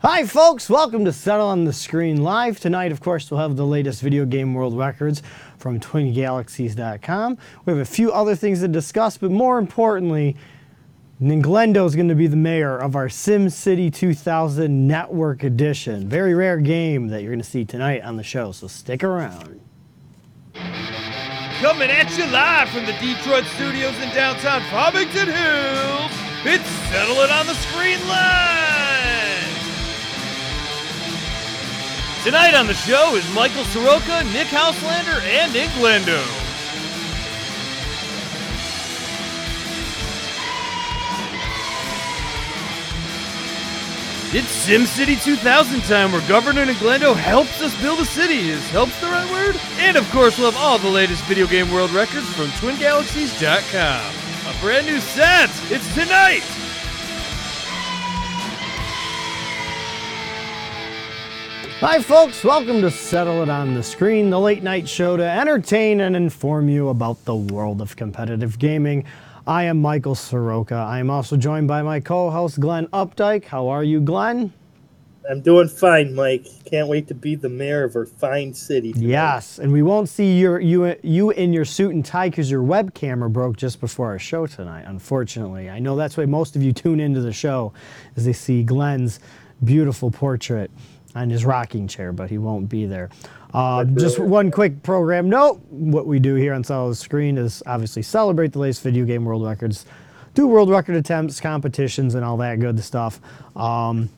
Hi, folks. Welcome to Settle on the Screen Live. Tonight, of course, we'll have the latest video game world records from twingalaxies.com. We have a few other things to discuss, but more importantly, Nintendo is going to be the mayor of our SimCity 2000 Network Edition. Very rare game that you're going to see tonight on the show, so stick around. Coming at you live from the Detroit studios in downtown Farmington Hills, it's Settle It on the Screen Live! Tonight on the show is Michael Soroka, Nick Houselander, and Nick Lando. It's SimCity 2000 time where Governor Glendo helps us build a city. Is helps the right word? And of course, we'll have all the latest video game world records from TwinGalaxies.com. A brand new set! It's tonight! Hi, folks. Welcome to Settle It on the Screen, the late night show to entertain and inform you about the world of competitive gaming. I am Michael Soroka. I am also joined by my co host, Glenn Updike. How are you, Glenn? I'm doing fine, Mike. Can't wait to be the mayor of our fine city. Yes, and we won't see your, you, you in your suit and tie because your web camera broke just before our show tonight, unfortunately. I know that's why most of you tune into the show, is they see Glenn's beautiful portrait on his rocking chair, but he won't be there. Uh, just one quick program note. What we do here on Solid the Screen is obviously celebrate the latest video game world records, do world record attempts, competitions, and all that good stuff. Um,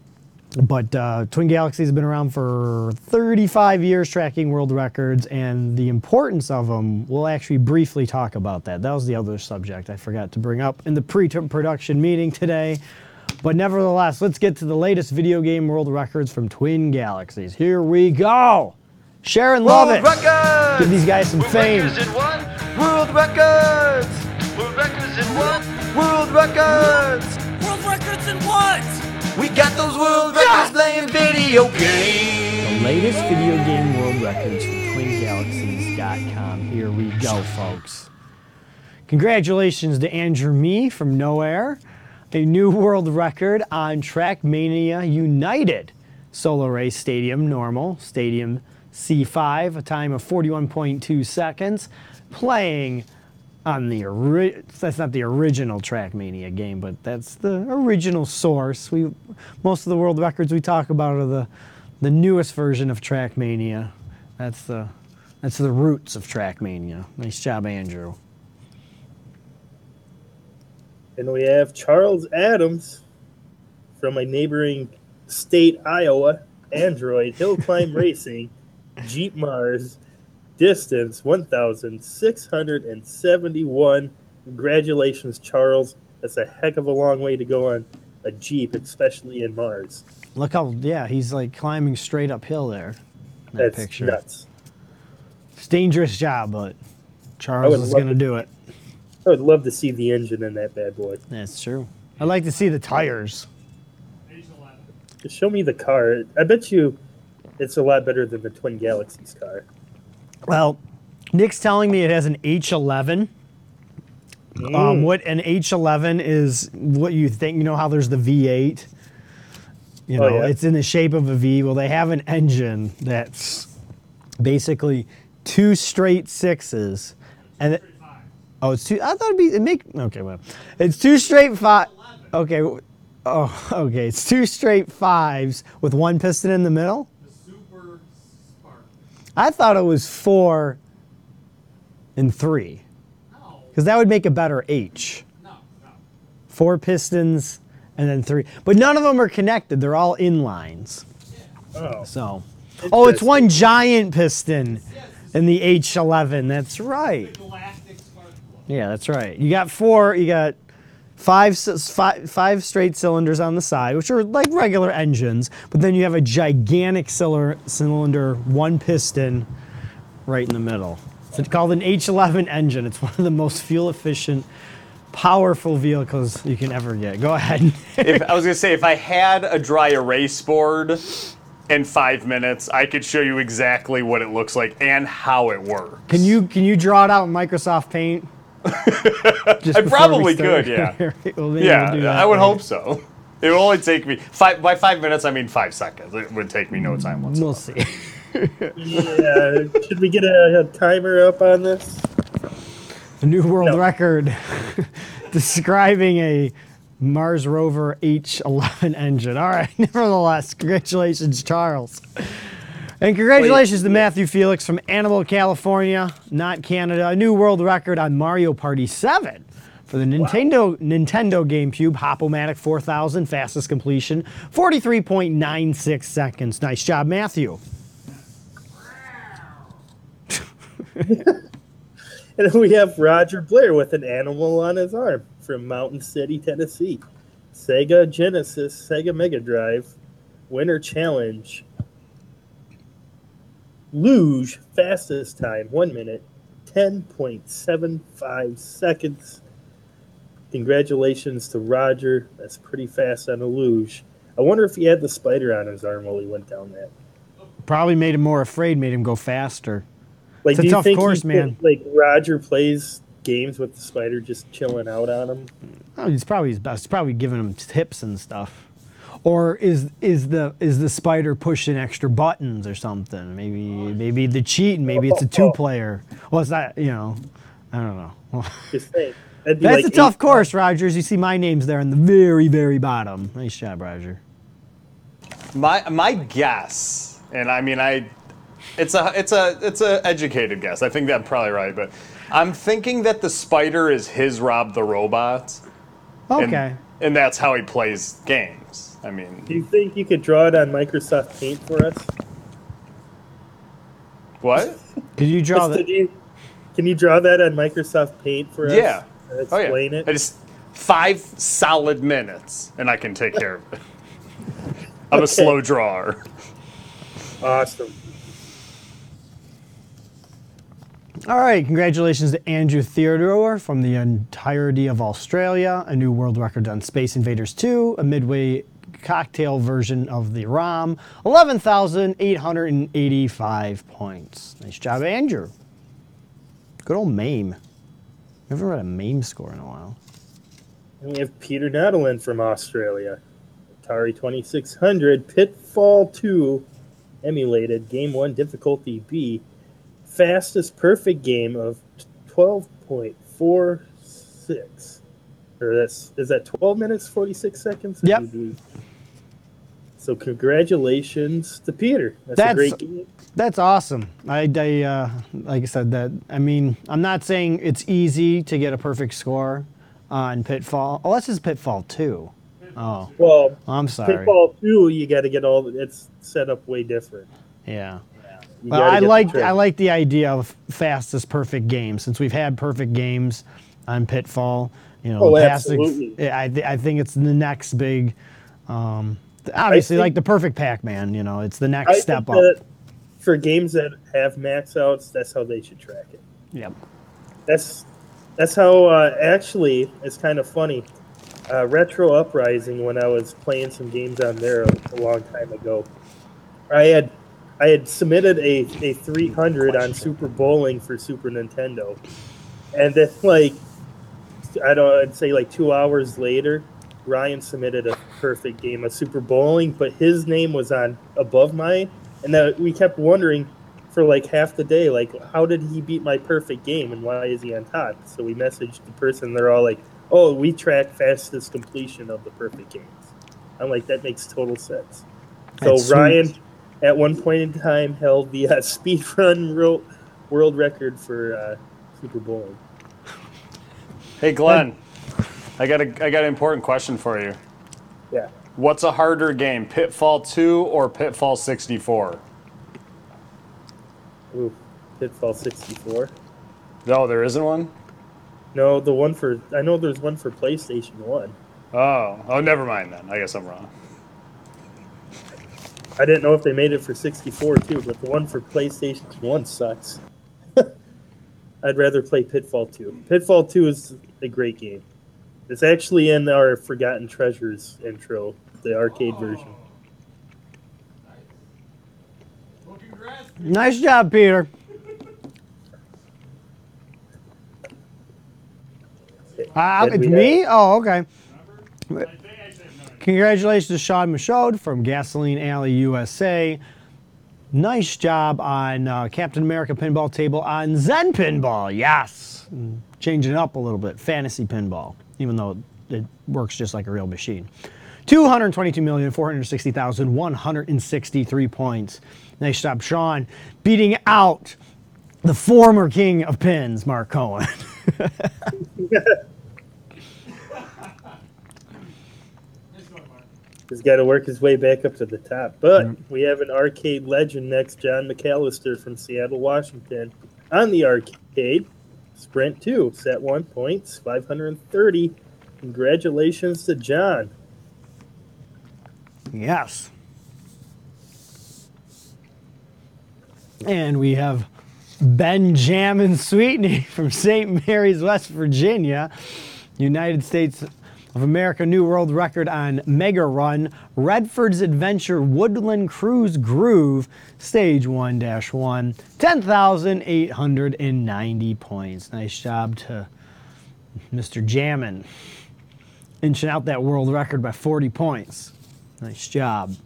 but uh, Twin Galaxy has been around for 35 years tracking world records, and the importance of them, we'll actually briefly talk about that. That was the other subject I forgot to bring up in the pre production meeting today. But nevertheless, let's get to the latest video game world records from Twin Galaxies. Here we go! Share and love it! records! Give these guys some World fame. Records in one. World records! World records in one. World records! World records in what? We got those world records playing video games! The latest video game world records from twingalaxies.com. Here we go, folks. Congratulations to Andrew Me from Nowhere. A new world record on Trackmania United Solar Race Stadium Normal, Stadium C5, a time of 41.2 seconds, playing on the ori- that's not the original Trackmania game, but that's the original source. We most of the world records we talk about are the the newest version of Trackmania. That's the that's the roots of Trackmania. Nice job, Andrew. And we have Charles Adams from a neighboring state, Iowa, Android, Hill Climb Racing, Jeep Mars, distance 1,671. Congratulations, Charles. That's a heck of a long way to go on a Jeep, especially in Mars. Look how yeah, he's like climbing straight uphill there. in That That's picture. nuts. It's a dangerous job, but Charles would is love gonna to- do it. I would love to see the engine in that bad boy. That's true. I'd like to see the tires. Just show me the car. I bet you it's a lot better than the Twin Galaxies car. Well, Nick's telling me it has an H11. Um, what an H11 is what you think. You know how there's the V8. You know, Oh, yeah. it's in the shape of a V. Well, they have an engine that's basically two straight sixes, and it- oh, it's two. I thought it'd be it make okay. Well, it's two straight five. Okay, w- oh, okay, it's two straight fives with one piston in the middle. I thought it was four and three. Because that would make a better H. Four pistons and then three. But none of them are connected. They're all inlines. Oh, So. Oh, it's Interesting. one giant piston in the H11. That's right. Yeah, that's right. You got four, you got five, five, five straight cylinders on the side, which are like regular engines, but then you have a gigantic cylinder, cylinder one piston right in the middle. It's called an H11 engine. It's one of the most fuel efficient, powerful vehicles you can ever get. Go ahead. if I was gonna say if I had a dry erase board in five minutes, I could show you exactly what it looks like and how it works. Can you can you draw it out in Microsoft Paint? Just I before we probably start? could, yeah. Well, maybe we'll Yeah, do that I would later. hope so. It will only take me five by five minutes. I mean five seconds. It would take me no time whatsoever. We'll see. Yeah. Should we get a, a timer up on this? The new world No. record describing a Mars rover H11 engine. All right, nevertheless, congratulations, Charles. And congratulations to Matthew Felix from Animal, California, not Canada. A new world record on Mario Party 7 for the Nintendo Nintendo GameCube Hop-O-Matic 4000 fastest completion, 43.96 seconds. Nice job, Matthew. And then we have Roger Blair with an animal on his arm from Mountain City, Tennessee. Sega Genesis, Sega Mega Drive, Winter Challenge. Luge, fastest time, one minute, 10.75 seconds. Congratulations to Roger. That's pretty fast on a luge. I wonder if he had the spider on his arm while he went down that. Probably made him more afraid, made him go faster. Like, It's a do you tough think he course, put- man. Like Roger plays games with the spider just chilling out on him. Oh, he's probably his best. He's probably giving him tips and stuff. Or is is the is the spider pushing extra buttons or something? Maybe maybe the cheating. Maybe it's a two player. Well, it's not. You know, I don't know. Just saying. That'd be That's like e- a tough eight- course, Rogers. You see my name's there in the very very bottom. Nice job, Roger. My my guess, and I mean I, it's a it's a it's a educated guess. I think that's probably right, but I'm thinking that the spider is his Rob the robot, Okay. and, and that's how he plays games. I Do mean, you think you could draw it on Microsoft Paint for us? Oh, what? Could you draw Could the? you- can you draw that on Microsoft Paint for us? Yeah. And Oh yeah. Explain I it. just five solid minutes, and I can take care of it. I'm Okay. a slow drawer. Awesome. All right. Congratulations to Andrew Theodore from the entirety of Australia. A new world record on Space Invaders 2, a midway cocktail version of the ROM. 11,885 points. Nice job, Andrew. Good old MAME. I haven't read a MAME score in a while. And we have Peter Nadelin from Australia. Atari 2600, Pitfall 2, emulated, Game 1, difficulty B. Fastest perfect game of 12.46. Or that's, is that 12 minutes, 46 seconds? Yep. Mhm. So, congratulations to Peter. That's, That's- a great game. That's awesome. I, I uh, like I said that. I mean, I'm not saying it's easy to get a perfect score on Pitfall. Oh, this is Pitfall 2. Oh, Well, I'm sorry. Pitfall 2, you got to get all the, it's set up way different. Yeah. You Well, gotta I get the like trick. I like the idea of fastest perfect game since we've had perfect games on Pitfall. You know, Oh, the past- absolutely. I th- I think it's the next big. Um, th- obviously, think- like the perfect Pac-Man. You know, it's the next I step think up. that for games that have max outs, that's how they should track it. Yep. That's that's how uh, actually it's kind of funny. Uh, Retro Uprising, when I was playing some games on there a, a long time ago, I had I had submitted a, a 300 on Super Bowling for Super Nintendo, and then like I don't I'd say like two hours later, Ryan submitted a perfect game of Super Bowling, but his name was on above mine, and that we kept wondering for like half the day, like how did he beat my perfect game and why is he on top? So we messaged the person. They're all like, "Oh, we track fastest completion of the perfect games." I'm like, that makes total sense. So That's sweet. Ryan, at one point in time, held the uh, speed run ro- world record for uh, Super Bowling. Hey Glenn, I got a I got an important question for you. Yeah. What's a harder game, Pitfall 2 or Pitfall 64? Ooh, Pitfall 64. No, there isn't one. No, the one for I know there's one for PlayStation One. Oh, oh, never mind then. I guess I'm wrong. I didn't know if they made it for 64 too, but the one for PlayStation One sucks. I'd rather play Pitfall 2. Pitfall 2 is a great game. It's actually in our Forgotten Treasures intro, the arcade version. Nice job, Peter. Uh, Did it's we, uh, me? Oh, okay. Congratulations to Sean Michaud from Gasoline Alley USA. Nice job on uh, Captain America Pinball Table on Zen Pinball. Yes. And Changing it up a little bit. Fantasy Pinball, even though it works just like a real machine. 222,460,163 points. Nice job, Sean, beating out the former king of pins, Mark Cohen. He's got to work his way back up to the top. But we have an arcade legend next, John McAllister from Seattle, Washington, on the arcade. Sprint 2, set 1 points, 530. Congratulations to John. Yes. And we have Benjamin Sweetney from St. Mary's, West Virginia, United States of America, new world record on Mega Run, Redford's Adventure Woodland Cruise Groove, Stage 1 1, 10,890 points. Nice job to Mr. Jammin, inching out that world record by 40 points. Nice job.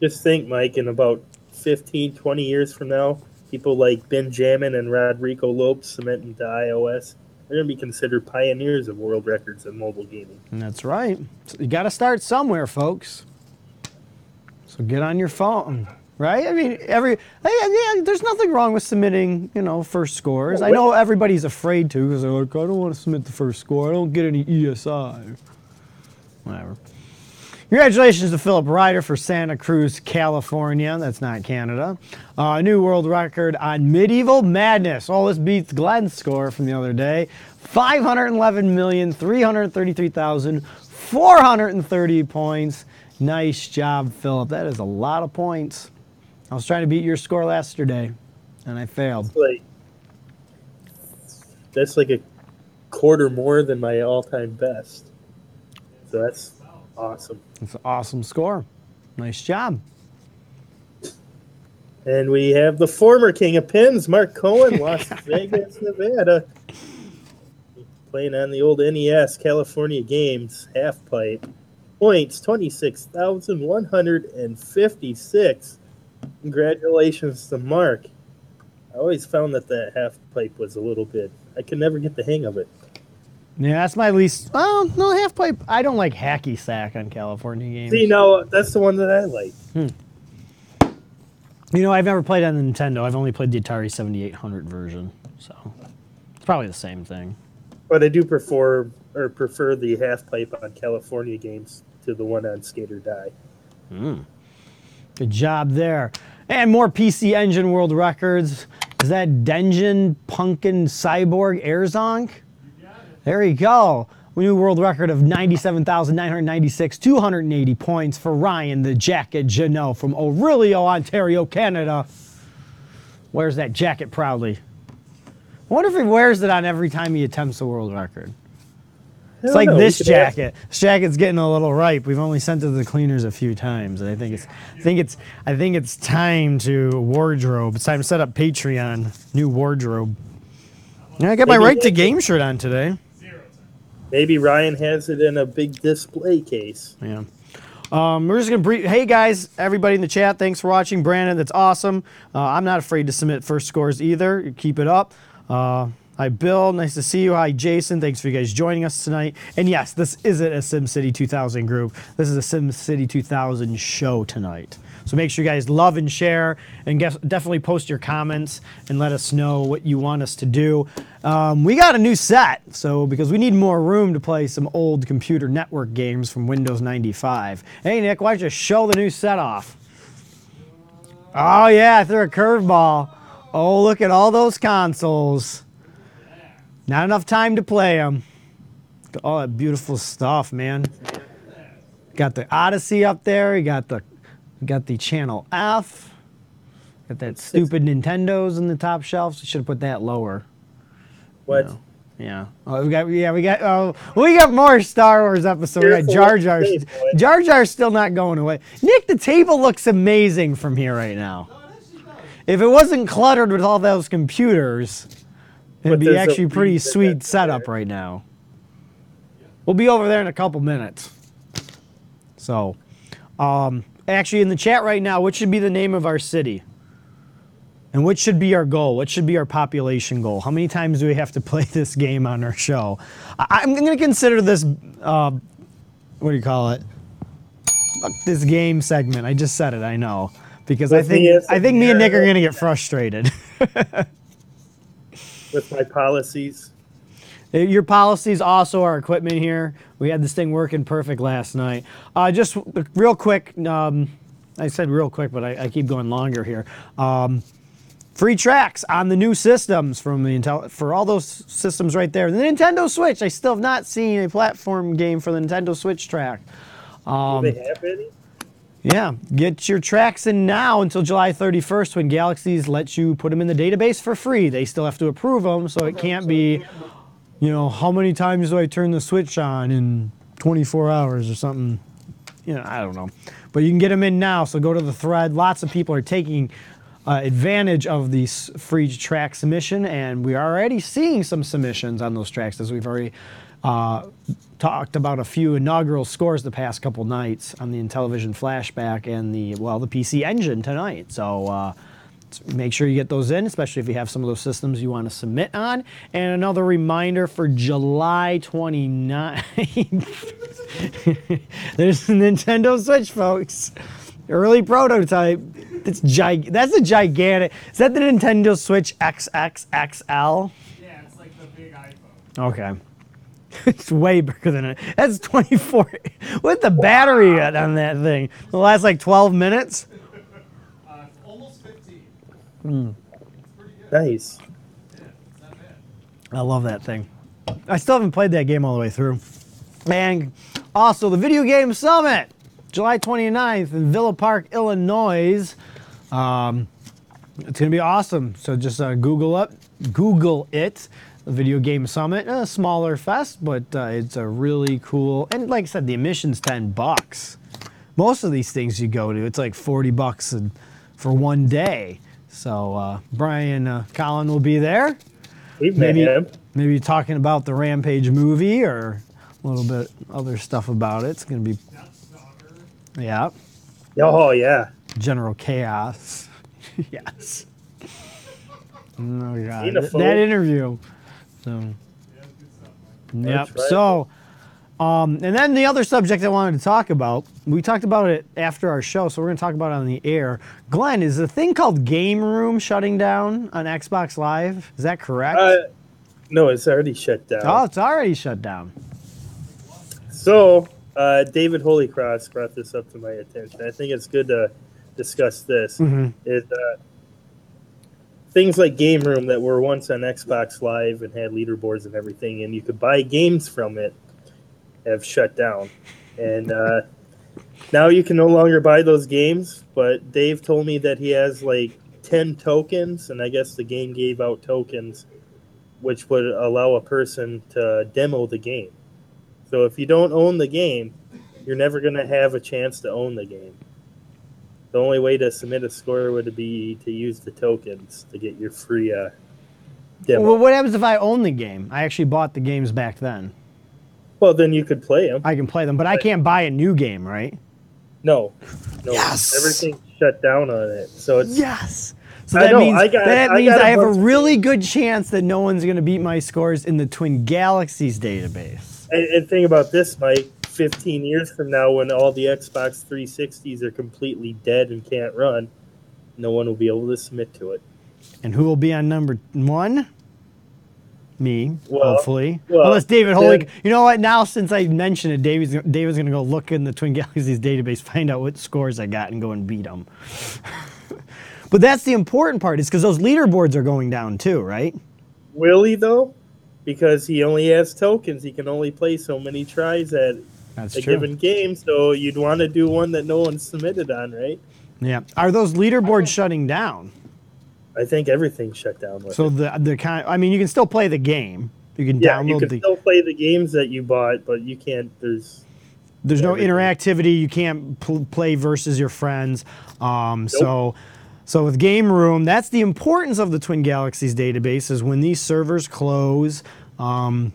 Just think, Mike, in about 15, 20 years from now, people like Benjamin and Rodrigo Lopes cementing to iOS, they're going to be considered pioneers of world records in mobile gaming. And that's right. You got to start somewhere, folks. So get on your phone, right? I mean, every I- I- yeah, there's nothing wrong with submitting, you know, first scores. I know everybody's afraid to because they're like, I don't want to submit the first score. I don't get any ESI. Whatever. Congratulations to Philip Ryder for Santa Cruz, California. That's not Canada. Uh, new world record on Medieval Madness. Oh, this beats Glenn's score from the other day. 511,333,430 points. Nice job, Philip. That is a lot of points. I was trying to beat your score yesterday, and I failed. Like, that's like a quarter more than my all time best. So that's awesome. It's an awesome score. Nice job. And we have the former king of pins, Mark Cohen, Las Vegas, Nevada. Playing on the old NES California Games half pipe. Points 26,156. Congratulations to Mark. I always found that that half pipe was a little bit, I could never get the hang of it. Yeah, that's my least. Oh, no, half pipe. I don't like hacky sack on California games. See, now that's the one that I like. You know, I've never played on the Nintendo. I've only played the Atari 7800 version, so it's probably the same thing. But I do prefer or prefer the half pipe on California games to the one on Skate or Die. Good job there. And more PC Engine World Records. Is that Denjin Punkin Cyborg Airzonk? There you go. New world record of 97,996, 280 points for Ryan the Jacket Janot from Aurelio, Ontario, Canada. Wears that jacket proudly. I wonder if he wears it on every time he attempts a world record. It's like this jacket. This jacket's getting a little ripe. We've only sent it to the cleaners a few times, and I think it's, I think it's, I think it's time to wardrobe. It's time to set up Patreon, new wardrobe. Yeah, I got my Maybe- right to game shirt on today. Maybe Ryan has it in a big display case. Yeah. Um, we're just gonna brief. Hey guys, everybody in the chat, thanks for watching, Brandon. That's awesome. Uh, I'm not afraid to submit first scores either. You Keep it up. Uh, hi Bill, nice to see you. Hi Jason, thanks for you guys joining us tonight. And yes, this isn't a SimCity 2000 group. This is a SimCity 2000 show tonight. So make sure you guys love and share, and guess, definitely post your comments and let us know what you want us to do. Um, we got a new set, so because we need more room to play some old computer network games from Windows 95. Hey Nick, why don't you show the new set off? Oh yeah, I threw a curveball. Oh look at all those consoles. Not enough time to play them. All that beautiful stuff, man. Got the Odyssey up there. You got the we got the Channel F. Got that stupid Nintendo's in the top shelves. We should have put that lower. What? Yeah. Oh, we got yeah, we got oh we got more Star Wars episodes. We got Careful Jar what you Jar. say, boy. Jar Jar's still not going away. Nick, the table looks amazing from here right now. If it wasn't cluttered with all those computers, it'd But be there's a actually pretty reason sweet that's setup there. right now. We'll be over there in a couple minutes. So, um, actually, in the chat right now, what should be the name of our city? And what should be our goal? What should be our population goal? How many times do we have to play this game on our show? I- I'm going to consider this, uh, what do you call it? Fuck this game segment. I just said it. I know because I With me think as I the think me and Nick are narrator. going to get frustrated. with my policies. Uh, Your policies also are equipment here. We had this thing working perfect last night. Uh, just w- real quick, um, I said real quick, but I, I keep going longer here. Um, free tracks on the new systems from the Intel for all those systems right there. The Nintendo Switch. I still have not seen a platform game for the Nintendo Switch track. Um, Do they have any? Yeah, get your tracks in now until July 31st when Galaxies lets you put them in the database for free. They still have to approve them, so it can't be, you know, how many times do I turn the switch on in 24 hours or something? You know, I don't know. But you can get them in now, so go to the thread. Lots of people are taking uh, advantage of the s- free track submission, and we are already seeing some submissions on those tracks as we've already. Uh, talked about a few inaugural scores the past couple nights on the Intellivision Flashback and the well the PC Engine tonight. So uh, s- make sure you get those in, especially if you have some of those systems you want to submit on. And another reminder for July 29th. There's the Nintendo Switch, folks. Early prototype. That's gig- That's a gigantic. Is that the Nintendo Switch XXXL? Yeah, it's like the big iPhone. Okay. it's way bigger than it. That's 24. What the battery at on that thing? The last like 12 minutes? Uh, it's almost 15. Nice. I love that thing. I still haven't played that game all the way through. And also the Video Game Summit, July 29th in Villa Park, Illinois. Um, it's gonna be awesome. So just uh, Google up, Google it. The Video Game Summit, a smaller fest, but uh, it's a really cool. And like I said, the admission's 10 bucks. Most of these things you go to, it's like 40 bucks and- for one day. So uh, Brian uh, Colin will be there We've met maybe him. maybe talking about the Rampage movie or a little bit other stuff about it. It's gonna be yeah, Oh yeah. General Chaos. yes. Oh god, Xenophobe. that interview. So. Yep. That's right. So, um, and then the other subject I wanted to talk about, we talked about it after our show, so we're going to talk about it on the air. Glenn, is the thing called Game Room shutting down on Xbox Live? Is that correct? Uh, no, it's already shut down. oh, it's already shut down. So, uh, David Holy Cross brought this up to my attention. I think it's good to discuss this. Is uh, things like Game Room that were once on Xbox Live and had leaderboards and everything, and you could buy games from it, have shut down, and uh, now you can no longer buy those games. But Dave told me that he has like ten tokens, and I guess the game gave out tokens, which would allow a person to demo the game. So if you don't own the game, you're never going to have a chance to own the game. The only way to submit a score would be to use the tokens to get your free uh, demo. Well, Well, what happens if I own the game? I actually bought the games back then. then you could play them. I can play them, but I can't buy a new game, right? No, no, Yes! everything's shut down on it. So it's Yes. So I that know, means I got- that I means got a I have a bunch of really good chance that no one's going to beat my scores in the Twin Galaxies database. and, and think about this, Mike. 15 years from now, when all the Xbox 360s are completely dead and can't run, no one will be able to submit to it. And who will be on number one? Me, Well, hopefully. well, Unless David Holy. then- you know what? Now since I mentioned it, David's David's going to go look in the Twin Galaxies database, find out what scores I got, and go and beat them. but that's the important part, is because those leaderboards are going down too, right? Will he though? Because he only has tokens, he can only play so many tries at That's a given game, so you'd want to do one that no one submitted on, right? Yeah. Are those leaderboards shutting down? I think everything's shut down. With So it. the the kind. I mean, you can still play the game. You can yeah, you download can the. still play the games that you bought, but you can't. There's there's no everything. interactivity. You can't pl- play versus your friends. Um, So. So with Game Room, that's the importance of the Twin Galaxies database. Is when these servers close, um,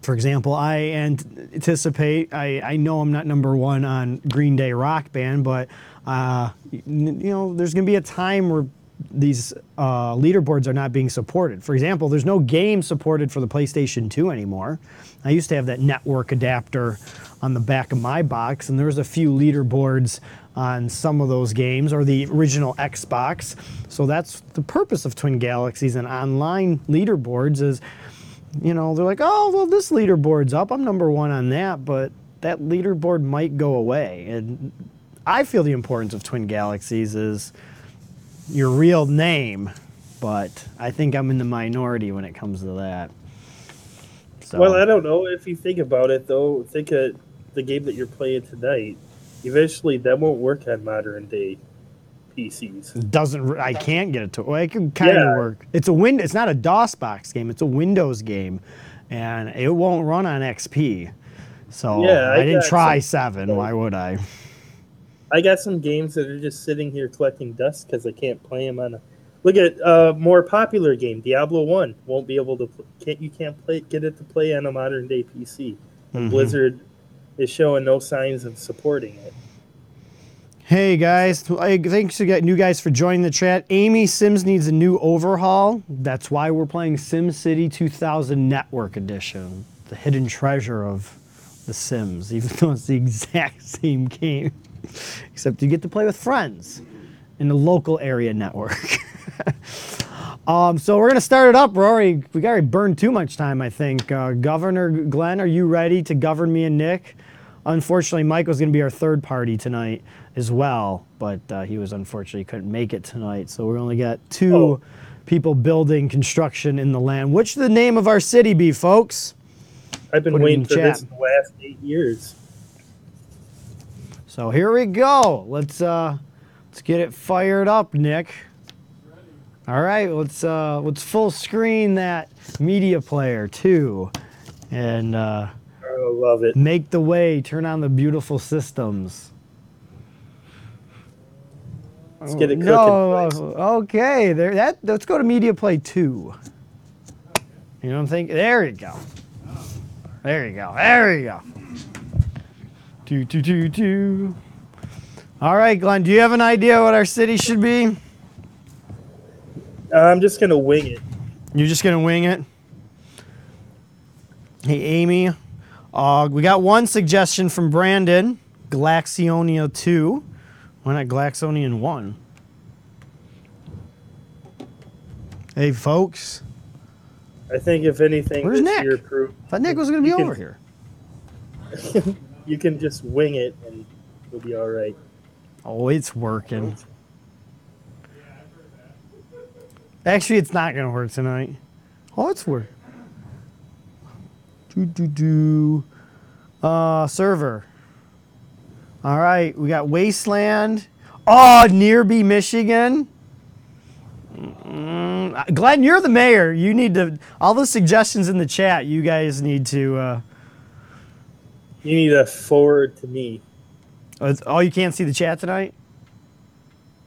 For example, I anticipate, I, I know I'm not number one on Green Day Rock Band, but uh, n- you know, there's going to be a time where these uh, leaderboards are not being supported. For example, there's no game supported for the PlayStation 2 anymore. I used to have that network adapter on the back of my box, and there was a few leaderboards on some of those games or the original Xbox. So that's the purpose of Twin Galaxies and online leaderboards is you know, they're like, oh, well, this leaderboard's up. I'm number one on that, but that leaderboard might go away. And I feel the importance of Twin Galaxies is your real name, but I think I'm in the minority when it comes to that. So, Well, I don't know. If you think about it, though, think of the game that you're playing tonight. Eventually, that won't work on modern day PCs. doesn't re- I can't get it to well, it can kind of Yeah. work. It's a win. It's not a DOS box game. It's a Windows game, and it won't run on XP. So Yeah, I, I didn't got try seven. like- Why would I? I got some games that are just sitting here collecting dust because I can't play them on a. Look at a more popular game, Diablo One. Won't be able to. Pl- can't you can't play get it to play on a modern day PC. And Mhm. Blizzard is showing no signs of supporting it. Hey guys, I- thanks to get new guys for joining the chat. Amy Sims needs a new overhaul. That's why we're playing SimCity 2000 Network Edition, the hidden treasure of the Sims, even though it's the exact same game, except you get to play with friends in the local area network. um, so we're gonna start it up. We're already we already burned too much time, I think. Uh, Governor Glenn, are you ready to govern me and Nick? Unfortunately, Michael's gonna be our third party tonight as well, but uh, he was unfortunately couldn't make it tonight. So we only got two Oh. people building construction in the land. What should the name of our city be, folks? I've been Put it waiting in for chat. this the last eight years. So here we go. Let's uh, let's get it fired up, Nick. All right, let's uh, let's full screen that media player too, and uh, Oh, love it. make the way. Turn on the beautiful systems. Let's get it cooking. Oh, No, uh, okay. There, that. Let's go to media play two. You know what I'm thinking? There you go. There you go. There you go. Do do do do. All right, Glenn. Do you have an idea what our city should be? I'm just gonna wing it. You're just gonna wing it. Hey, Amy. Uh, we got one suggestion from Brandon. Glaxionia two. Why not Glaxonian one? Hey, folks. I think if anything, Where's this Nick? year proved Thought Nick was gonna be You can- over here. you can just wing it and you'll be all right. Oh, it's working. Actually, it's not gonna work tonight. Oh, it's work. Do do do. Uh, server. All right, we got Wasteland. Oh, Nearby, Michigan. Mm, Glenn, you're the mayor. You need to. All the suggestions in the chat. You guys need to. Uh, You need to forward to me. oh, it's- oh, you can't see the chat tonight.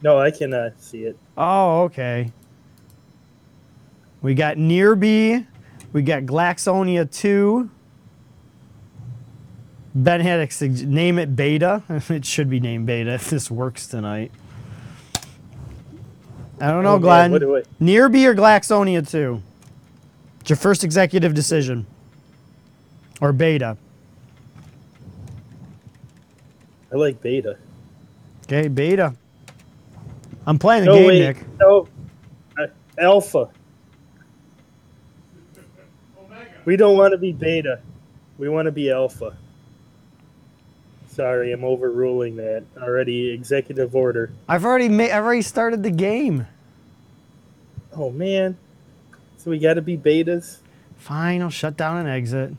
No, I cannot see it. Oh, okay. We got Nearby. We got Glaxonia 2. Ben had a sug- name it Beta. it should be named Beta if this works tonight. I don't know, Oh, man, Glenn. what do I- Nearby or Glaxonia 2? It's your first executive decision. Or Beta. I like beta. Okay, Beta. I'm playing the No, game, wait. Nick. No. Uh, alpha. We don't want to be beta. We want to be alpha. Sorry, I'm overruling that already. Executive order. I've already ma- I've already started the game. Oh, man. So we got to be betas? Fine, I'll shut down and exit.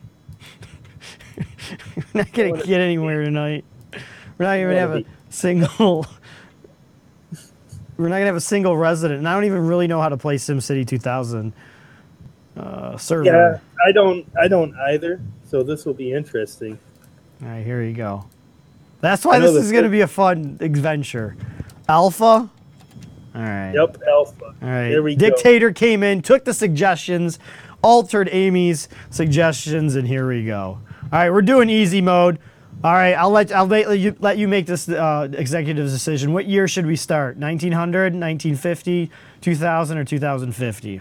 We're not gonna get anywhere tonight. We're not even gonna Wanna have a be- single. We're not gonna have a single resident, and I don't even really know how to play SimCity 2000 uh, Yeah, server. I don't. I don't either. So this will be interesting. All right, here you go. That's why I know this the is gonna fir- be a fun adventure. Alpha. All right. Yep, alpha. All right. There we go. Dictator came in, took the suggestions. altered Amy's suggestions, and here we go. All right, we're doing easy mode. All right, I'll let I'll let you let you make this uh, executive decision. What year should we start? 1900, 1950, 2000, or 2050?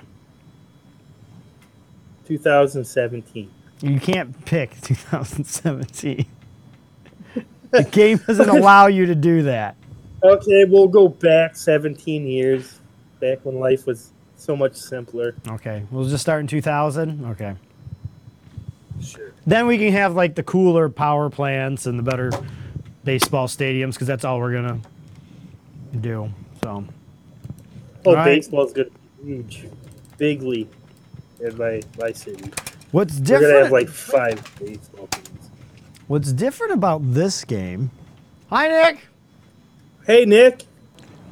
2017. You can't pick 2017. the game doesn't allow you to do that. Okay, we'll go back 17 years, back when life was so much simpler. Okay, we'll just start in 2000. Okay. Sure. Then we can have like the cooler power plants and the better baseball stadiums because that's all we're gonna do. So Oh, Right. baseball's gonna be huge, big league in my my city. what's We're different? gonna have like five baseball teams. what's different about this game? Hi, Nick. Hey, Nick.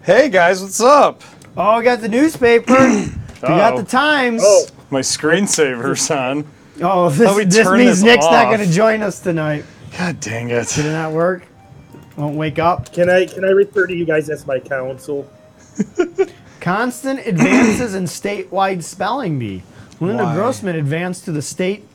Hey guys, what's up? Oh, we got the newspaper. we got Uh-oh. the Times. Oh, My screensaver's on. Oh, this, How we this turn means this Nick's not off? gonna join us tonight. God dang Did it. it not work? Won't wake up. can I can I refer to you guys as my counsel? Constant advances in statewide spelling bee. Linda Why? Grossman advanced to the state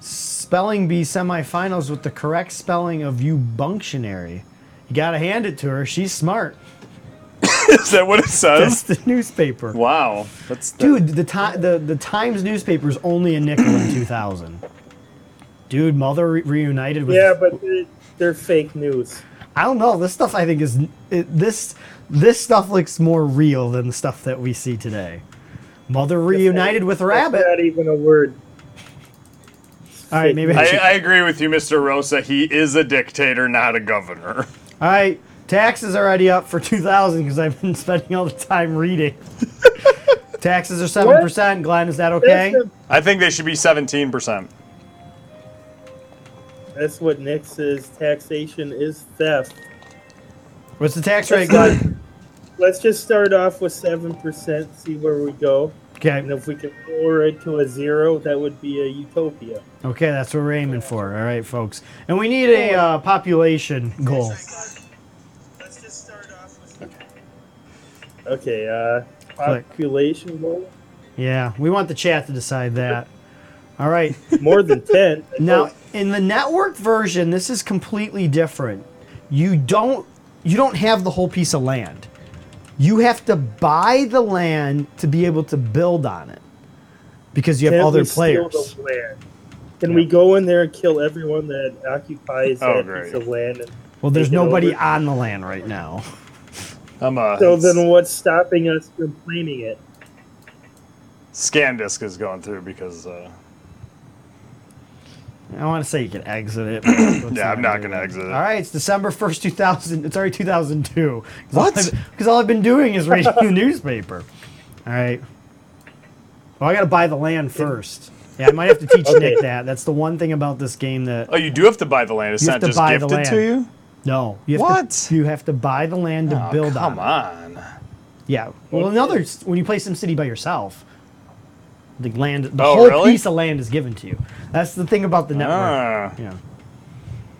spelling bee semifinals with the correct spelling of ubunctionary. You gotta hand it to her. She's smart. Is that what it That's says? the newspaper. Wow. That's Dude, the, ti- the the Times newspaper is only a nickel in 2000. Dude, Mother re- reunited with. Yeah, but they're, they're fake news. I don't know. This stuff I think is it, this this stuff looks more real than the stuff that we see today. Mother reunited with Rabbit. That's not even a word. All right, maybe I I, should. I agree with you, Mr. Rosa. He is a dictator, not a governor. All right, taxes are already up for 2000 because I've been spending all the time reading. taxes are 7%. Glenn, is that okay? That's, the- I think they should be 17%. that's what Nick says. Taxation is theft. What's the tax rate, Glenn? Let's just start off with seven percent. See where we go, Okay. and if we can lower it to a zero, that would be a utopia. Okay, that's what we're aiming for. All right, folks. And we need a uh, population goal. Let's just start off with. Okay, uh, Click. population goal Yeah, we want the chat to decide that. All right. more than ten. Now, in the network version, this is completely different. You don't you don't have the whole piece of land. You have to buy the land to be able to build on it because you have Can we other steal players. the land? Can we go in there and kill everyone that occupies Oh, that great. piece of land? And Well, there's take it nobody over? on the land right now. I'm uh, a So then, what's stopping us from claiming it? scan disk is going through because uh, I want to say you can exit it. but let's yeah, I'm not do gonna that. exit. it. All right, it's December 1st, 2000. It's already 2002. What? Because all I've been doing is reading the newspaper. All right. Well, I got to buy the land first. Yeah, I might have to teach Nick that. That's the one thing about this game that Oh, you do have to buy the land. It's You have not to just buy the gifted to land. you. no. You have What? To, you have to buy the land to Oh, build come on. on. Yeah. Well, another when you play SimCity by yourself, the land, the Oh, whole really? piece of land is given to you. That's the thing about the network. Ah, Yeah.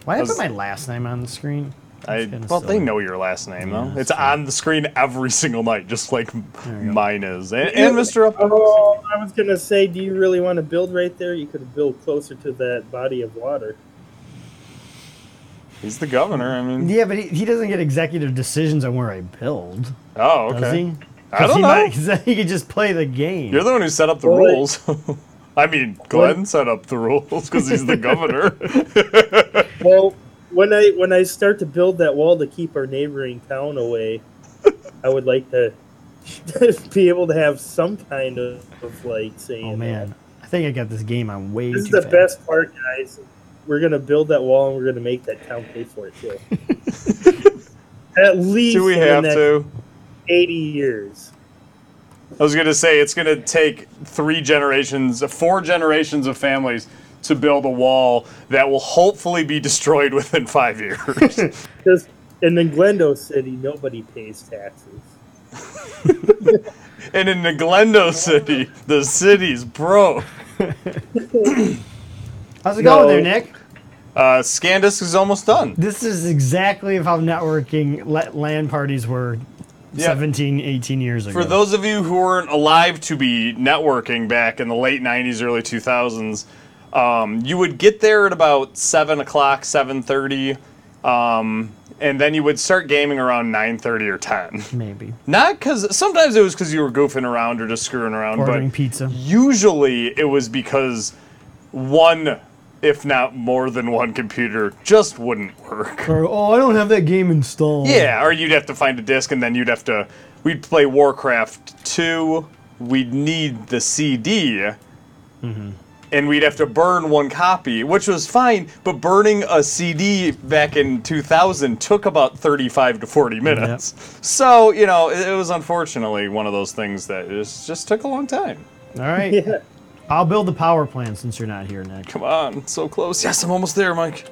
Why did I put Was- my last name on the screen? I, kinda well, silly. they know your last name Yeah, though. It's that's on the screen every single night, just like you go. mine is. And, and Mr. Up. Oh, I was gonna say, do you really want to build right there? You could build closer to that body of water. He's the governor. I mean. Yeah, but he, he doesn't get executive decisions on where I build, Oh, okay. does he? I 'Cause don't he know. might- 'cause he could just play the game. You're the one who set up the Well, like- rules. I mean, Glenn set up the rules because he's the governor. Well, when I when I start to build that wall to keep our neighboring town away, I would like to be able to have some kind of, of like saying. oh that. man, I think I got this game on way this is too the fast. best part, guys. We're gonna build that wall and we're gonna make that town pay for it too. At least Do we in have the next to? eighty years. I was gonna say it's gonna take three generations, four generations of families to build a wall that will hopefully be destroyed within five years. Because in the Glendo City, nobody pays taxes. and in the Glendo City, the city's broke. How's it No. going there, Nick? Uh, Scandisk is almost done. This is exactly how networking let LAN parties were Yeah. 17, 18 years ago. For those of you who weren't alive to be networking back in the late 90s, early 2000s, um, you would get there at about 7 o'clock, 7.30, um, and then you would start gaming around 9.30 or 10. maybe Not because, sometimes it was because you were goofing around or just screwing around, ordering but pizza. usually it was because one, if not more than one computer, just wouldn't work. Or oh, I don't have that game installed. Yeah, or you'd have to find a disc, and then you'd have to. We'd play Warcraft 2. We'd need the CD. And we'd have to burn one copy, which was fine, but burning a CD back in 2000 took about 35 to 40 minutes. So, you know, it, it was unfortunately one of those things that is, just took a long time. All right. Yeah. I'll build the power plant since you're not here, Nick. Come on, so close. Yes, I'm almost there, Mike.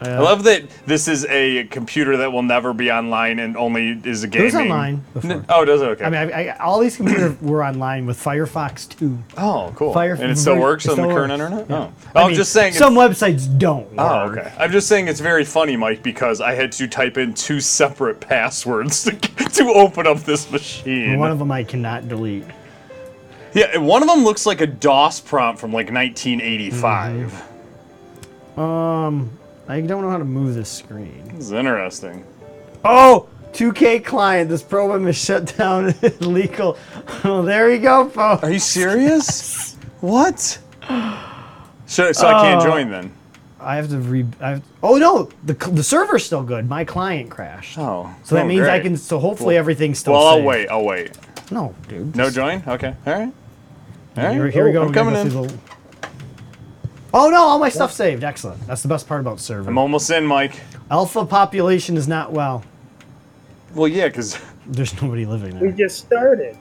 Uh, I love that this is a computer that will never be online and only is a gaming. was online N- before. oh, does it? Okay. I mean, I, I, all these computers were online with Firefox 2. Oh, cool. Fire- and it still ver- works it on the still current works. internet? Yeah. Oh. I I'm mean, just saying. Some it's- websites don't. Oh, work. okay. I'm just saying it's very funny, Mike, because I had to type in two separate passwords to, to open up this machine. One of them I cannot delete. yeah, and one of them looks like a DOS prompt from like 1985. Mm-hmm. I don't know how to move this screen. This is interesting. Oh, 2K client. This program is shut down and illegal. Oh, there you go, folks. Are you serious? what? So, so I Oh. can't join then. I have to re. I have, oh no, the cl- the server's still good. My client crashed. Oh. So that Oh, means I great. can. So hopefully Well- everything's still. Well, I'll safe. wait. I'll wait. No, dude. No this- join? Okay. All right. All right. Here, here we go. I'm We're gonna coming go in. through the- Oh no! All my stuff saved. Excellent. That's the best part about server. I'm almost in, Mike. Alpha population is not well. Well, yeah, because. There's nobody living We there. just started.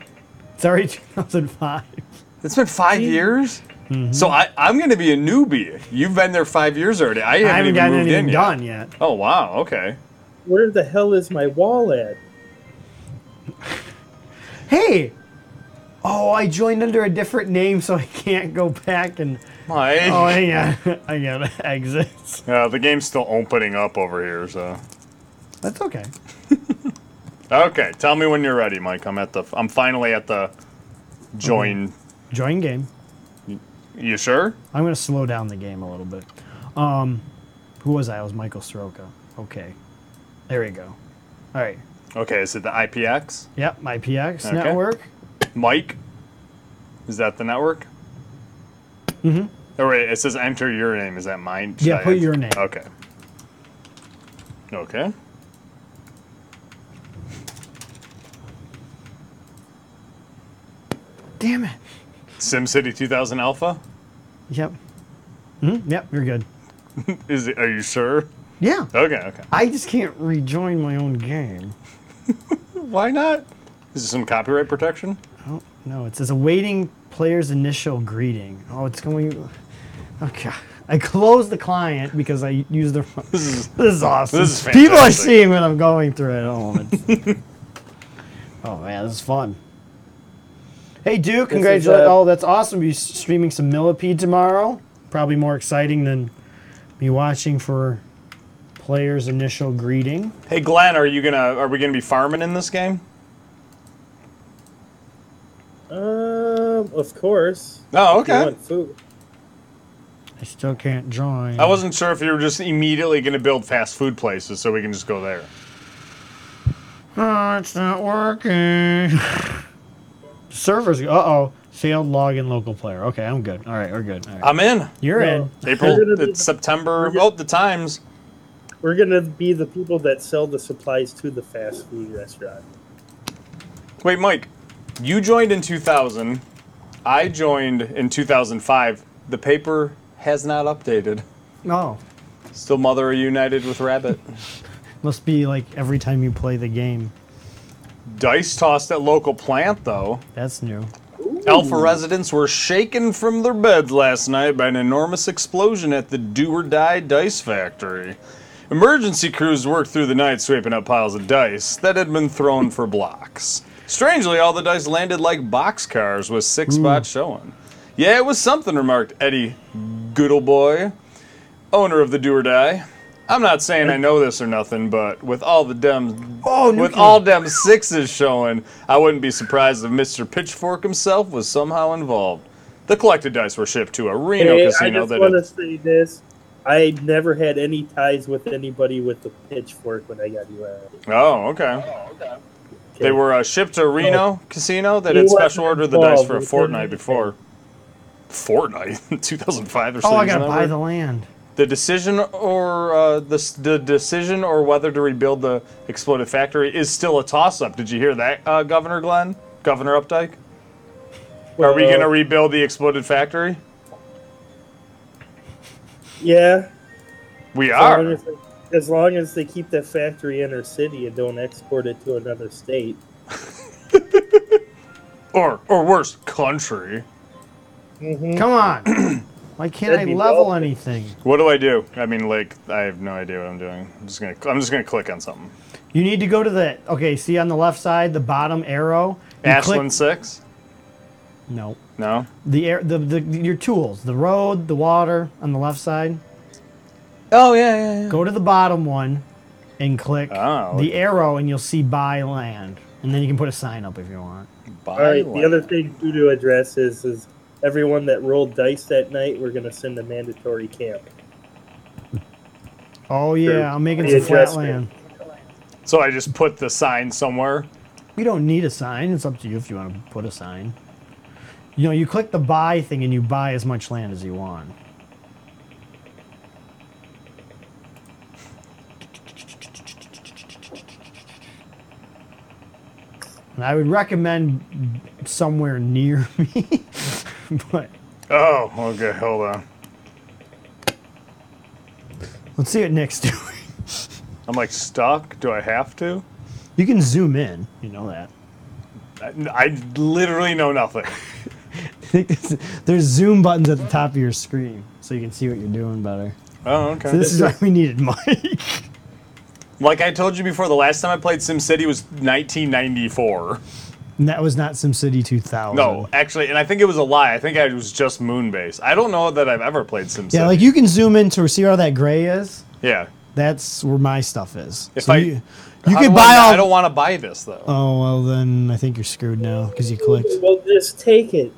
It's already 2005. It's been five years. Mm-hmm. So I, I'm going to be a newbie. You've been there five years already. I haven't, I haven't even gotten moved anything in done yet. yet. Oh wow. Okay. Where the hell is my wall at? Hey! Oh, I joined under a different name, so I can't go back and. Mike. Oh, hang on. I gotta exit. Uh, the game's still opening up over here. So. That's okay. Okay. Tell me when you're ready, Mike. I'm at the. I'm finally at the. Join. Join game. You sure? I'm gonna slow down the game a little bit. Um, who was I? I was Michael Soroka. Okay. There we go. All right. Okay. Is it the IPX? Yep, my PX Okay. network. Mike. Is that the network? Mm-hmm. Mm-hmm. Oh wait. It says enter your name. Is that mine? Should Yeah, I put enter- your name. Okay. Okay. Damn it. SimCity 2000 Alpha. Yep. hmm Yep, you're good. Is it, are you sure? Yeah. Okay, okay. I just can't rejoin my own game. Why not? Is there some copyright protection? Oh, no, it says awaiting player's initial greeting. Oh, it's going. Okay. I closed the client because I used the. This is, awesome. this is People are fantastic. seeing what I'm going through at home. It's- oh, man, this is fun. Hey, Duke, congratulations. uh, Oh, that's awesome. You're streaming some Millipede tomorrow. Probably more exciting than me watching for player's initial greeting. Hey Glenn, are you gonna are we gonna be farming in this game? Um, of course. Oh, You okay. want food? I still can't join. I wasn't sure if you were just immediately gonna build fast food places so we can just go there. Oh, it's not working. Servers. Uh oh. Failed login local player. Okay, I'm good. All right, we're good. All right. I'm in. You're No. in. April We're gonna be- it's September oh the times. We're gonna be the people that sell the supplies to the fast food restaurant. Wait, Mike, you joined in two thousand. I joined in two thousand five. The paper has not updated. Oh, Still mother united with rabbit. must be like every time you play the game. Dice tossed at local plant though. That's new. Alpha residents were shaken from their beds last night by an enormous explosion at the Do or Die Dice Factory. Emergency crews worked through the night sweeping up piles of dice that had been thrown for blocks. Strangely, all the dice landed like boxcars with six spots showing. Yeah, it was something, remarked Eddie Goodleboy, owner of the Do or Die. I'm not saying I know this or nothing, but with all the Dems, Oh, with nuclear. all Dem sixes showing, I wouldn't be surprised if Mr. Pitchfork himself was somehow involved. The collected dice were shipped to a Reno Hey, I casino just that want to had, say this. I never had any ties with anybody with the pitchfork when I got you out. oh, okay. They were uh, shipped to a Reno casino that had He wasn't special ordered the dice involved for a with fortnight anything. before. Fortnight, 2005 or something. Oh, I isn't gotta that buy weird? the land. The decision or uh, the, s- the decision or whether to rebuild the exploded factory is still a toss-up. Did you hear that, uh, Governor Glenn? Governor Updike? Are we Well, gonna rebuild the exploded factory? yeah. We As long are. as, they, as long as they keep that factory in our city and don't export it to another state. Or or worse, country. Mm-hmm. Come on. Why can't That'd I be level lovely. anything? What do I do? I mean, like, I have no idea what I'm doing. I'm just gonna I'm just gonna click on something. You need to go to the okay. See on the left side, the bottom arrow. You Ashland click- six? No. No. The air. The, the your tools. The road. The water on the left side. Oh yeah yeah yeah. Go to the bottom one, and click Ah, Oh, the okay. arrow, and you'll see buy land, and then you can put a sign up if you want. Buy All right. The land. other thing due to address is is everyone that rolled dice that night, we're going to send a mandatory camp. Oh yeah, Sure. I'm making The some flat adjustment. land. So I just put the sign somewhere. You don't need a sign. It's up to you if you want to put a sign. You know, you click the buy thing and you buy as much land as you want. And I would recommend somewhere near me, but Oh okay, hold on. let's see what Nick's doing. I'm like stuck. Do I have to? You can zoom in. You know that. I, I literally know nothing. I think there's- there's zoom buttons at the top of your screen, so you can see what you're doing better. Oh, okay. So this is why we needed Mike. like I told you before, the last time I played SimCity was 1994. And that was not SimCity 2000. No, actually, and I think it was a lie. I think I was just Moonbase. I don't know that I've ever played SimCity. Yeah, like you can zoom in to see where all that gray is. Yeah. That's where my stuff is. If so I- you, you How could do buy I, all. I don't want to buy this though. oh well, then I think you're screwed now because you clicked. Well, just take it.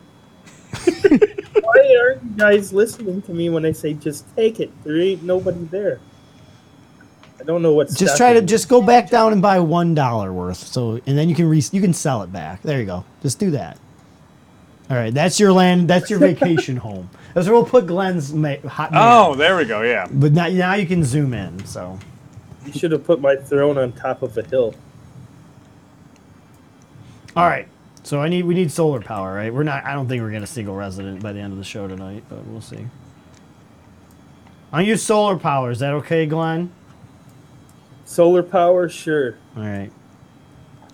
Why aren't you guys listening to me when I say just take it? There ain't nobody there. I don't know what's. Just try to just go back down and buy one dollar worth. So and then you can re- you can sell it back. There you go. Just do that. All right, that's your land. That's your vacation home. That's where we'll put Glenn's ma- hot. oh, there we go. Yeah. but now now you can zoom in. So You should have put my throne on top of a hill. all right. So I need we need solar power, right? We're not. I don't think we're gonna single resident by the end of the show tonight, but we'll see. I use solar power. Is that okay, Glenn? Solar power, sure. All right.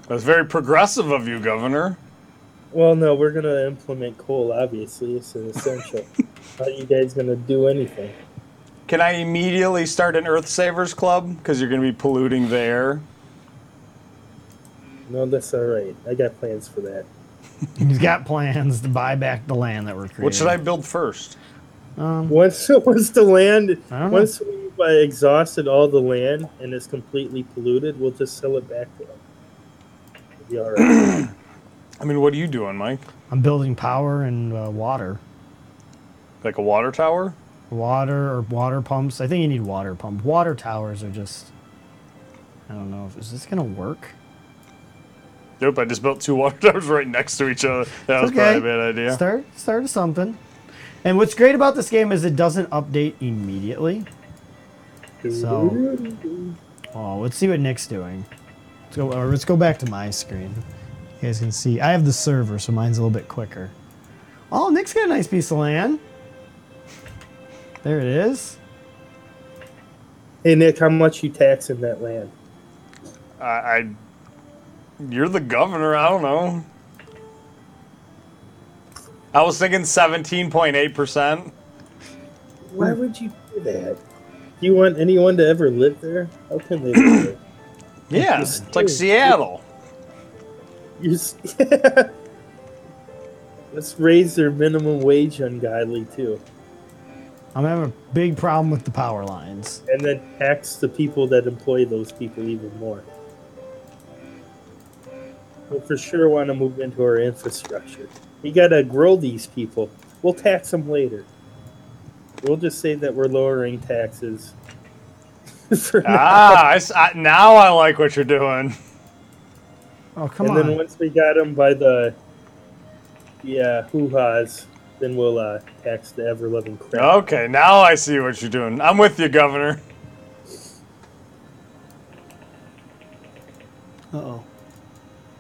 That's very progressive of you, Governor. Well, no, we're gonna implement coal. Obviously, it's an essential. How you guys gonna do anything? Can I immediately start an Earth Savers Club? Because you're going to be polluting the air. No, that's all right. I got plans for that. He's got plans to buy back the land that we're creating. What should I build first? Once once the land, I don't know. once we've uh, exhausted all the land and it's completely polluted, we'll just sell it back to them. It'll be all right. I mean, what are you doing, Mike? I'm building power and uh, water, Like a water tower? water or water pumps. I think you need water pump. Water towers are just. I don't know if is this gonna work. Nope, I just built two water towers right next to each other. That was probably a bad idea. Start start something. And what's great about this game is it doesn't update immediately. So- Oh, let's see what Nick's doing. Let's go, or let's go back to my screen. You guys can see. I have the server, so mine's a little bit quicker. Oh, Nick's got a nice piece of land. There it is. Hey Nick, how much you taxing that land? I, I, you're the governor. I don't know. I was thinking 17.8 percent. Hmm. Why would you do that? Do you want anyone to ever live there? How can they live there? Yeah, it's like Seattle. You s- Let's raise their minimum wage ungodly too. I'm having a big problem with the power lines. and then tax the people that employ those people even more. We'll for sure want to move into our infrastructure. We got to grow these people. We'll tax them later. We'll just say that we're lowering taxes. for now. Ah, I s I now I like what you're doing. Oh, come and on. then once we got them by the yeah hoo ha's, then we'll uh, tax the ever loving crap. Okay, now I see what you're doing. I'm with you, Governor. Uh-oh.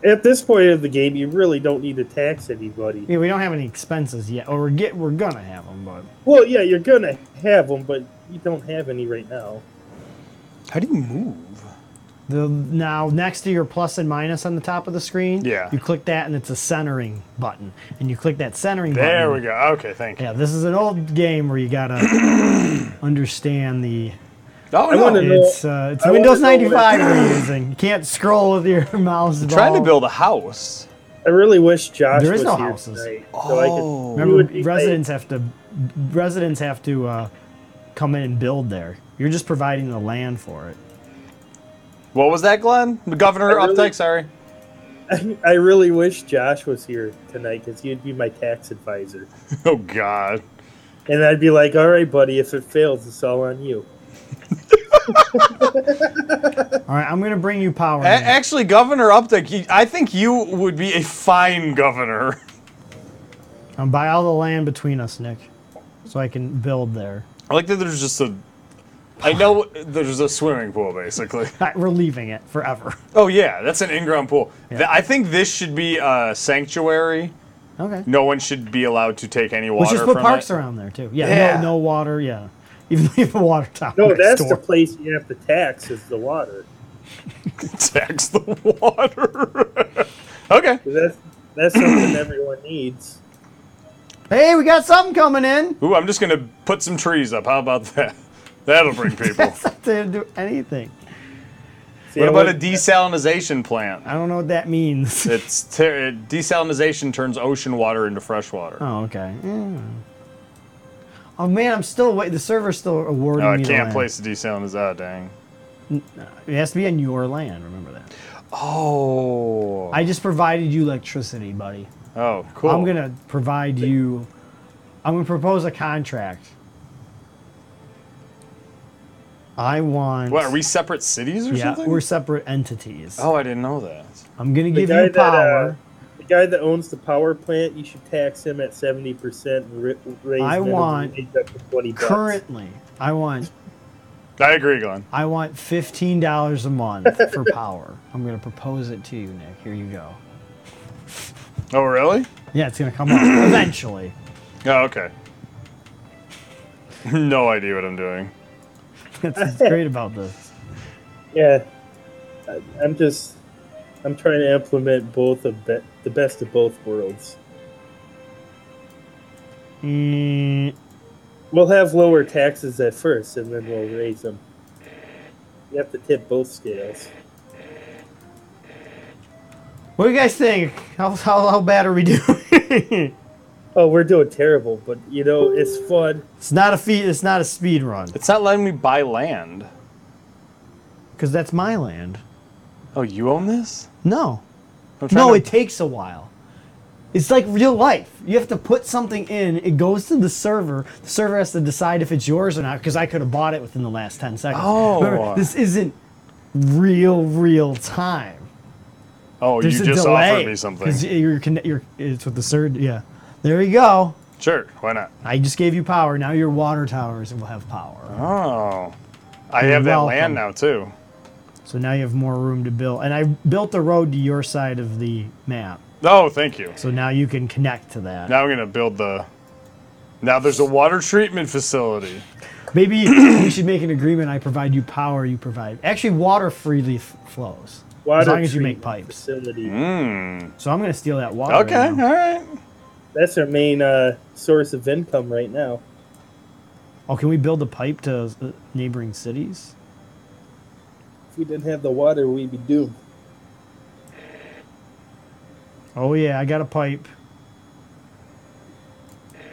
At this point of the game, you really don't need to tax anybody. Yeah, we don't have any expenses yet. Or we're get we're gonna have them, but Well, yeah, you're gonna have them, but you don't have any right now. How do you move? the now next to your plus and minus on the top of the screen, Yeah. you click that and it's a centering button. And you click that centering button. There we go. Okay, thank you. Yeah, this is an old game where you gotta understand the. Oh, I no. wanna know- It's uh, it's I Windows wanna know 95 we're using. You can't scroll with your mouse. trying to ball. build a house. I really wish Josh There is was no here houses. tonight, Oh. so I could. he Remember, would be residents have to residents have to uh, come in and build there. You're just providing the land for it. What was that, Glenn? The Governor I really- Updike, sorry. I, I really wish Josh was here tonight because he'd be my tax advisor, Oh, God. and I'd be like, "All right, buddy, if it fails, it's all on you." All right, I'm gonna bring you power. A- now. actually, Governor Updike, you- I think you would be a fine governor. Um, buy all the land between us, Nick, so I can build there. I like that there's just a. I know there's a swimming pool, basically. Ah, We're leaving it forever. Oh, yeah, that's an in ground pool. Yeah. Th- I think this should be a sanctuary. Okay. No one should be allowed to take any water Let's just put from parks it. around there too. Yeah. Yeah. No, no water. Yeah. Even leave a water tower. No, next that's door. the place you have to tax is the water. Tax the water. okay. 'Cause That's that's something everyone needs. Hey, we got something coming in. Oh. Ooh, I'm just gonna put some trees up. How about that? That'll bring people. That's not to do anything. See, what I about a went- desalinization plant? I don't know what that means. It's ter- uh, desalinization turns ocean water into fresh water. Oh, okay. Yeah. Oh man, I'm still wait. The server's still awarding no, Oh, I me the can't land. place a desaliniz. Oh, dang. It has to be on your land. Remember that. Oh. I just provided you electricity, buddy. oh, cool. I'm gonna provide you. I'm gonna propose a contract. I want. What? Are we separate cities or Yeah, something? we're separate entities. oh, I didn't know that. I'm gonna give guy you that, uh, power. The guy that owns the power plant, you should tax him at seventy percent and ri- raise I minimum want wage up to twenty bucks. Currently, I want I agree, Glenn. I want fifteen dollars a month for power. I'm gonna propose it to you, Nick. Here you go. Oh, really? Yeah, it's gonna come up eventually. Oh, okay. no idea what I'm doing. That's what's great about this. Yeah, I, I'm just I'm trying to implement both of be- the best of both worlds. Mm, We'll have lower taxes at first, and then we'll raise them. You have to tip both scales. what do you guys think? How, how, how bad are we doing? Oh, we're doing terrible, but you know it's fun. it's not a feat. It's not a speed run It's not letting me buy land. because that's my land. Oh, you own this? No, I'm trying no, to- it takes a while. It's like real life. You have to put something in. It goes to the server. The server has to decide if it's yours or not. Because I could have bought it within the last ten seconds. Oh. this isn't real, real time. Oh, There's you a just delay. offered me something. 'Cause You're, conne- you're, it's with the surge. Yeah, there you go. Sure, why not? I just gave you power. Now your water towers will have power. Oh. I have that welcome. land now too. So now you have more room to build. And I built the road to your side of the map. Oh, thank you. So now you can connect to that. Now I'm gonna build the Now there's a water treatment facility. Maybe we should make an agreement. I provide you power, you provide. Actually, water freely f- flows. Water as long as you make treatment pipes. Facility. So I'm going to steal that water. Hmm. Okay, right now. alright. That's our main uh, source of income right now. Oh, can we build a pipe to uh, neighboring cities? If we didn't have the water, we'd be doomed. Oh, yeah, I got a pipe.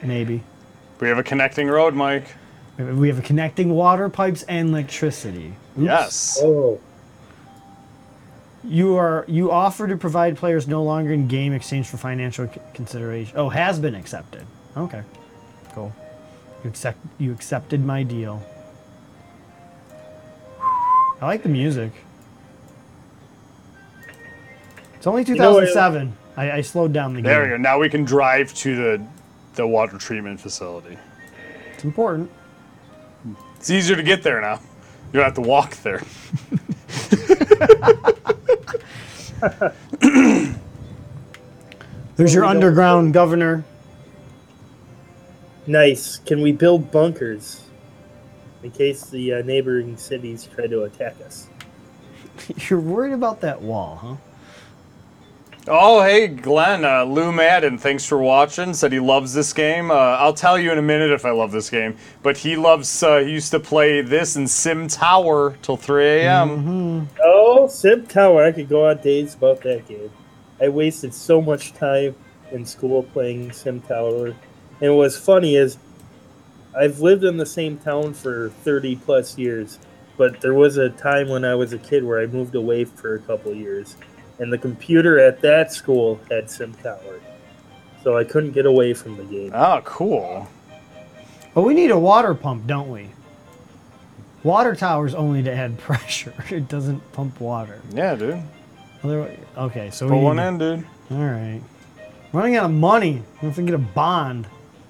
Maybe. We have a connecting road, Mike. We have connecting water pipes and electricity. Yes. Oh, You are you offer to provide players no longer in game exchange for financial c- consideration. Oh, has been accepted. Okay, cool. You accept you accepted my deal. I like the music. It's only know what I- 2007. I, I slowed down the game. There we go. Now we can drive to the the water treatment facility. It's important. It's easier to get there now. You don't have to walk there. There's your we don't- underground governor. nice. Can we build bunkers in case the uh, neighboring cities try to attack us? You're worried about that wall, huh? Oh, hey, Glenn. Uh, Lou Madden, thanks for watching. Said he loves this game. Uh, I'll tell you in a minute if I love this game. But he loves, uh, he used to play this and Sim Tower till 3 a.m. Oh, Sim Tower. I could go on days about that game. I wasted so much time in school playing Sim Tower. And what's funny is I've lived in the same town for 30 plus years, but there was a time when I was a kid where I moved away for a couple years. And the computer at that school had Sim Tower. So I couldn't get away from the game. Oh, cool. But we need a water pump, don't we? Water towers only to add pressure. It doesn't pump water. Yeah, dude. Otherwise, okay, so Put we one need- in, dude. All right, running out of money. We have to get a bond.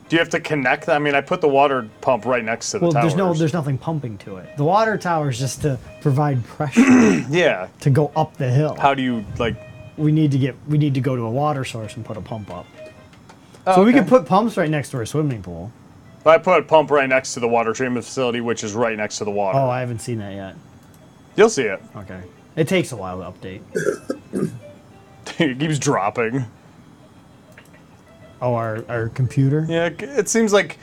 Do you have to connect that? I mean, I put the water pump right next to the well, towers. there's no, there's nothing pumping to it. The water tower is just to provide pressure Yeah. to go up the hill. How do you, like... we need to get, we need to go to a water source and put a pump up. so we okay. could put pumps right next to our swimming pool. I put a pump right next to the water treatment facility, which is right next to the water. Oh, I haven't seen that yet. You'll see it. Okay, it takes a while to update. it keeps dropping. Oh, our our computer. Yeah, c- it seems like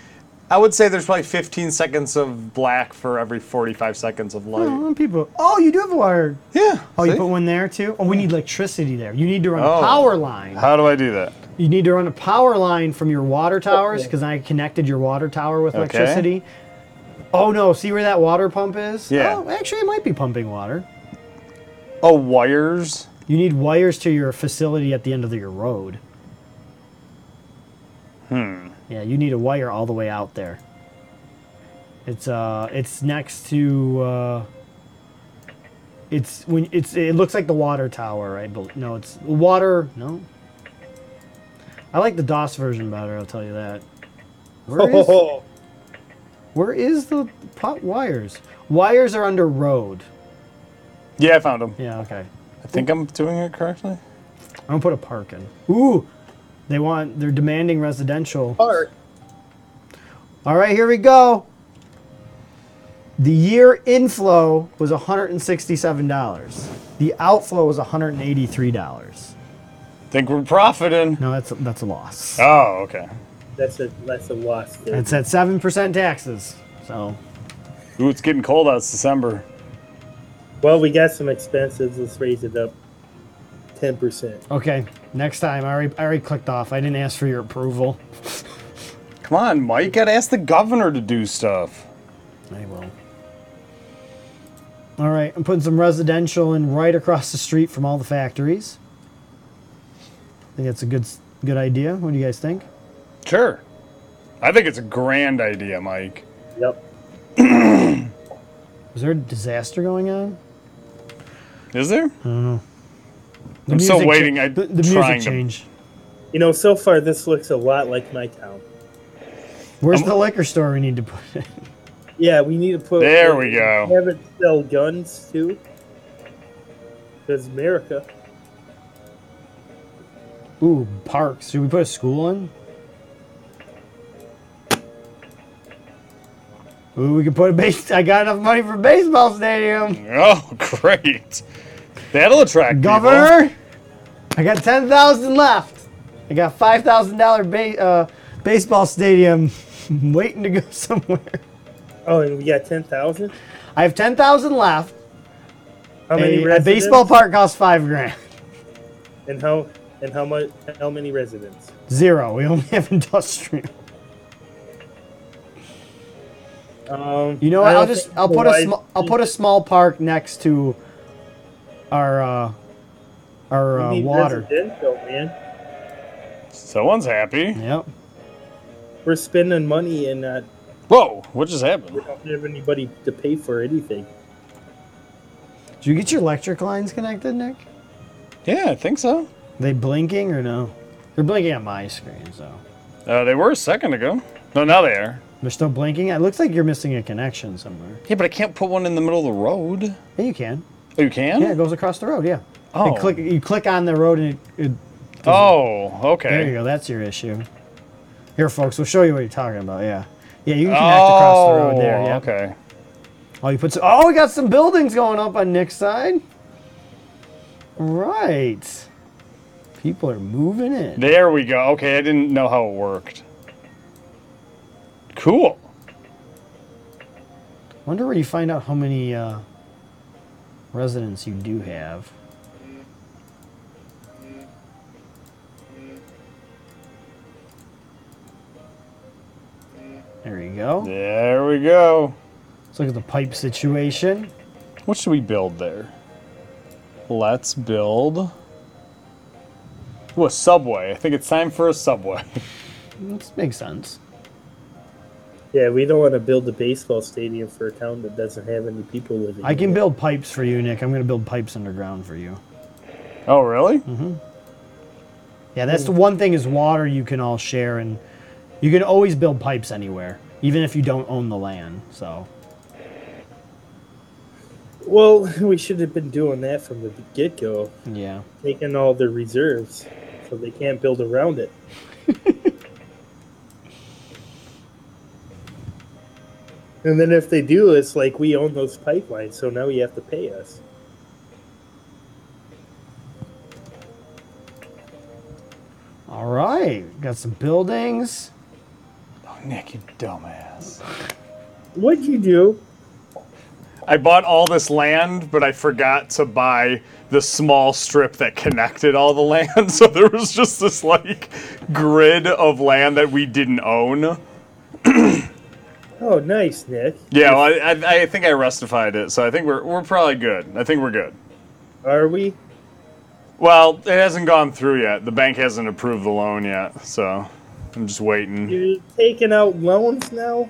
I would say there's probably 15 seconds of black for every 45 seconds of light. Oh, people. Oh, you do have a water. Yeah. Oh, you see? put one there too. Oh, we need electricity there. You need to run a Oh. power line. How do I do that? You need to run a power line from your water towers because I connected your water tower with Okay. electricity. Oh no! See where that water pump is? Yeah. Oh, actually, it might be pumping water. Oh, wires. You need wires to your facility at the end of your road. Hmm. Yeah, you need a wire all the way out there. It's uh, it's next to uh. It's when it's it looks like the water tower, I believe. No, it's water. No. I like the DOS version better. I'll tell you that. Where is where is the pot wires? Wires are under road. Yeah, I found them. Yeah. Okay. I think I'm doing it correctly. I'm gonna put a park in. Ooh, they want they're demanding residential. Park. All right, here we go. The year inflow was $167. The outflow was $183. Think we're profiting. No, that's that's a loss. Oh, okay. That's a that's a loss. There. It's at seven percent taxes. So Ooh, it's getting cold out. It's December. Well, we got some expenses. Let's raise it up ten percent. okay, next time I already I already clicked off. I didn't ask for your approval. Come on, Mike. Gotta ask the governor to do stuff. I will. All right, I'm putting some residential in right across the street from all the factories. I think that's a good s- good idea. What do you guys think? Sure. I think it's a grand idea, Mike. Yep. Is there a disaster going on? Is there? The I'm still music cha- waiting. I'm the the trying music to- change. You know, so far this looks a lot like my town. Where's the liquor store we need to put it? Yeah, we need to put. There we go. Have it sell guns too. Because America. Ooh, parks. Should we put a school in? Ooh, we could put a base. I got enough money for a baseball stadium. Oh, great. That'll attract people. Governor, I got ten thousand left. I got five thousand dollar ba- uh, baseball stadium waiting to go somewhere. Oh, and we got ten thousand. I have ten thousand left. How many A, a residents? baseball park costs five grand. And how and how much? How many residents? Zero. We only have industrial. Um, You know, what? I don't I'll just think I'll put a Hawaii- sm- I'll put a small park next to our uh, our you uh, need water. residential, man. Someone's happy. Yep. We're spending money and not Whoa, what just happened? we don't have anybody to pay for anything. Do you get your electric lines connected, Nick? Yeah, I think so. they blinking or no? They're blinking on my screen, so Uh, they were a second ago. No, now they are. they're still blinking. It looks like you're missing a connection somewhere. Yeah, but I can't put one in the middle of the road. Yeah, you can. Oh, you can? Yeah, it goes across the road. Yeah. Oh. You click. You click on the road and it. it oh, okay. There you go. That's your issue. Here, folks. We'll show you what you're talking about. Yeah. Yeah, you can connect oh, across the road there. Yeah. okay. Oh, you put some, oh, we got some buildings going up on Nick's side. Right. People are moving in. There we go. Okay, I didn't know how it worked. Cool. Wonder where you find out how many uh, residents you do have. There you go. There we go. Let's look at the pipe situation. What should we build there? Let's build. Ooh, a subway. I think it's time for a subway. This makes sense. Yeah, we don't want to build a baseball stadium for a town that doesn't have any people living. I in can it. build pipes for you, Nick. I'm going to build pipes underground for you. oh, really? Yeah, that's the one thing is water you can all share, and you can always build pipes anywhere, even if you don't own the land. So Well, we should have been doing that from the get go, yeah, taking all their reserves, so they can't build around it. and then if they do, it's like we own those pipelines, so now you have to pay us. all right, got some buildings. Oh, Nick, you dumbass. What'd you do? I bought all this land, but I forgot to buy the small strip that connected all the land. So there was just this like grid of land that we didn't own. Oh, nice, Nick. Yeah, well, I, I, I think I rustified it, so I think we're we're probably good. I think we're good. Are we? Well, it hasn't gone through yet. The bank hasn't approved the loan yet, so I'm just waiting. You're taking out loans now?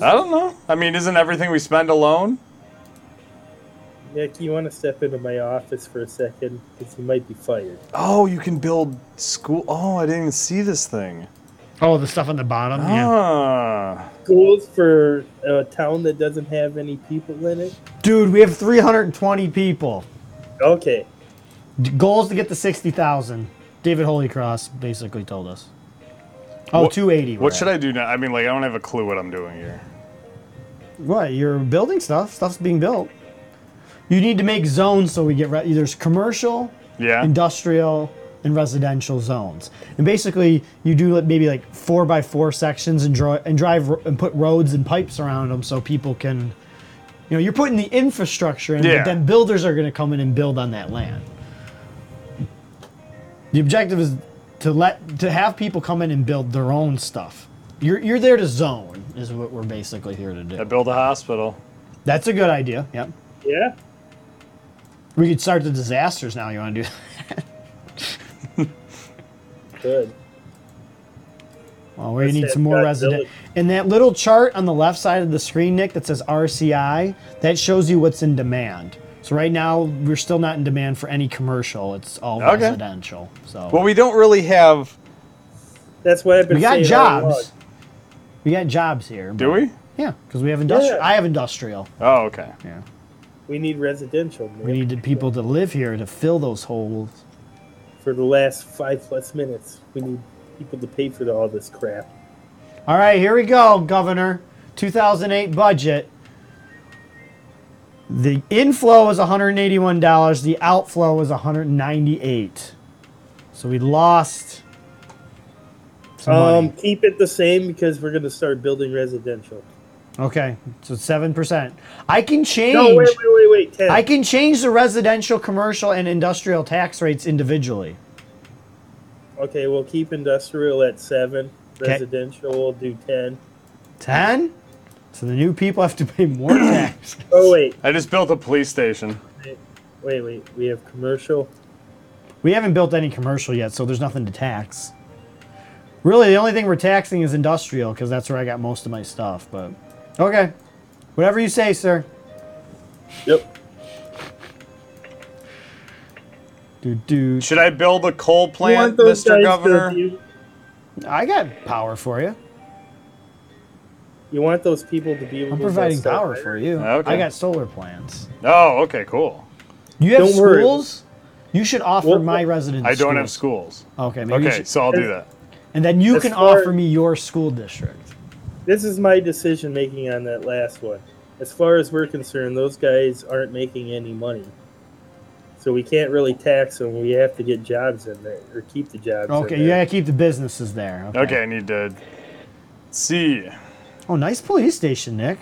I don't know. I mean, isn't everything we spend a loan? Nick, you want to step into my office for a second? Because you might be fired. Oh, you can build school. Oh, I didn't even see this thing. Oh, the stuff on the bottom. Ah. Schools for a town that doesn't have any people in it? dude, we have 320 people. Okay. D- Goals to get to 60,000. David Holy Cross basically told us. Oh, What- 280. What should I do now? I mean, like, I don't have a clue what I'm doing here. What? You're building stuff. Stuff's being built. You need to make zones so we get re- there's commercial, Yeah. industrial and residential zones. And basically, you do like maybe like four by four sections and draw and drive ro- and put roads and pipes around them so people can, you know, you're putting the infrastructure in, Yeah. but then builders are going to come in and build on that land. The objective is to let to have people come in and build their own stuff. You're you're there to zone is what we're basically here to I do. build a hospital. That's a good idea. Yep. Yeah? We could start the disasters now. You want to do? Good. Well, Oh, we Let's need say some I've more got resident. Billy. And that little chart on the left side of the screen, Nick, that says RCI, that shows you what's in demand. So right now, we're still not in demand for any commercial. It's all Okay. residential. So Well, we don't really have. That's what I've been we got saying all jobs. We got jobs here. Do we? Yeah, because we have industrial. Yeah. I have industrial. Oh, okay. Yeah. along. We need residential, man. We need the people to live here to fill those holes. for the last five plus minutes. We need people to pay for all this crap. All right, here we go, Governor. 2008 budget. The inflow is $181. The outflow is 198. So we lost. Some Um, money. keep it the same because we're gonna start building residential. Okay, so seven percent. I can change. No, wait, wait, wait, wait. Ten. I can change the residential, commercial, and industrial tax rates individually. Okay, we'll keep industrial at seven. 'Kay. Residential, we'll do ten. Ten. So the new people have to pay more tax. Oh wait, I just built a police station. wait, wait. We have commercial. we haven't built any commercial yet, so there's nothing to tax. Really, the only thing we're taxing is industrial because that's where I got most of my stuff. But okay, whatever you say, sir. Yep. Do do. Should I build a coal You want plant, those guys Mr. to Governor? abuse- I got power for you. you want those people to be able I'm to providing invest in power it. for you. Okay. I got solar plants. Oh, okay, cool. You have Don't worry. schools. You should offer Well, my residents. I don't have schools. schools. Okay, maybe you Okay, should- so I'll do that. and then you As can far- offer me your school district. This is my decision making on that last one. As far as we're concerned, those guys aren't making any money. So we can't really tax them. We have to get jobs in there or keep the jobs. Okay, in you there. gotta keep the businesses there. Okay, I need to see. Oh, nice police station, Nick.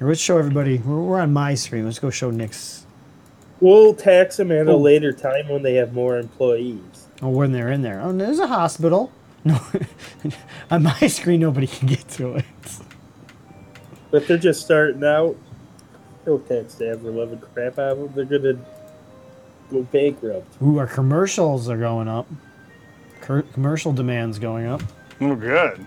Here, let's show everybody. We're, we're on my screen. Let's go show Nick's. We'll tax them at Oh. a later time when they have more employees. Oh, when they're in there. Oh, there's a hospital. No, on my screen, nobody can get to it. But they're just starting out. No tax to ever love the crap out of them. They're gonna go bankrupt. Ooh, our commercials are going up. Cur- commercial demand's going up. Oh, good.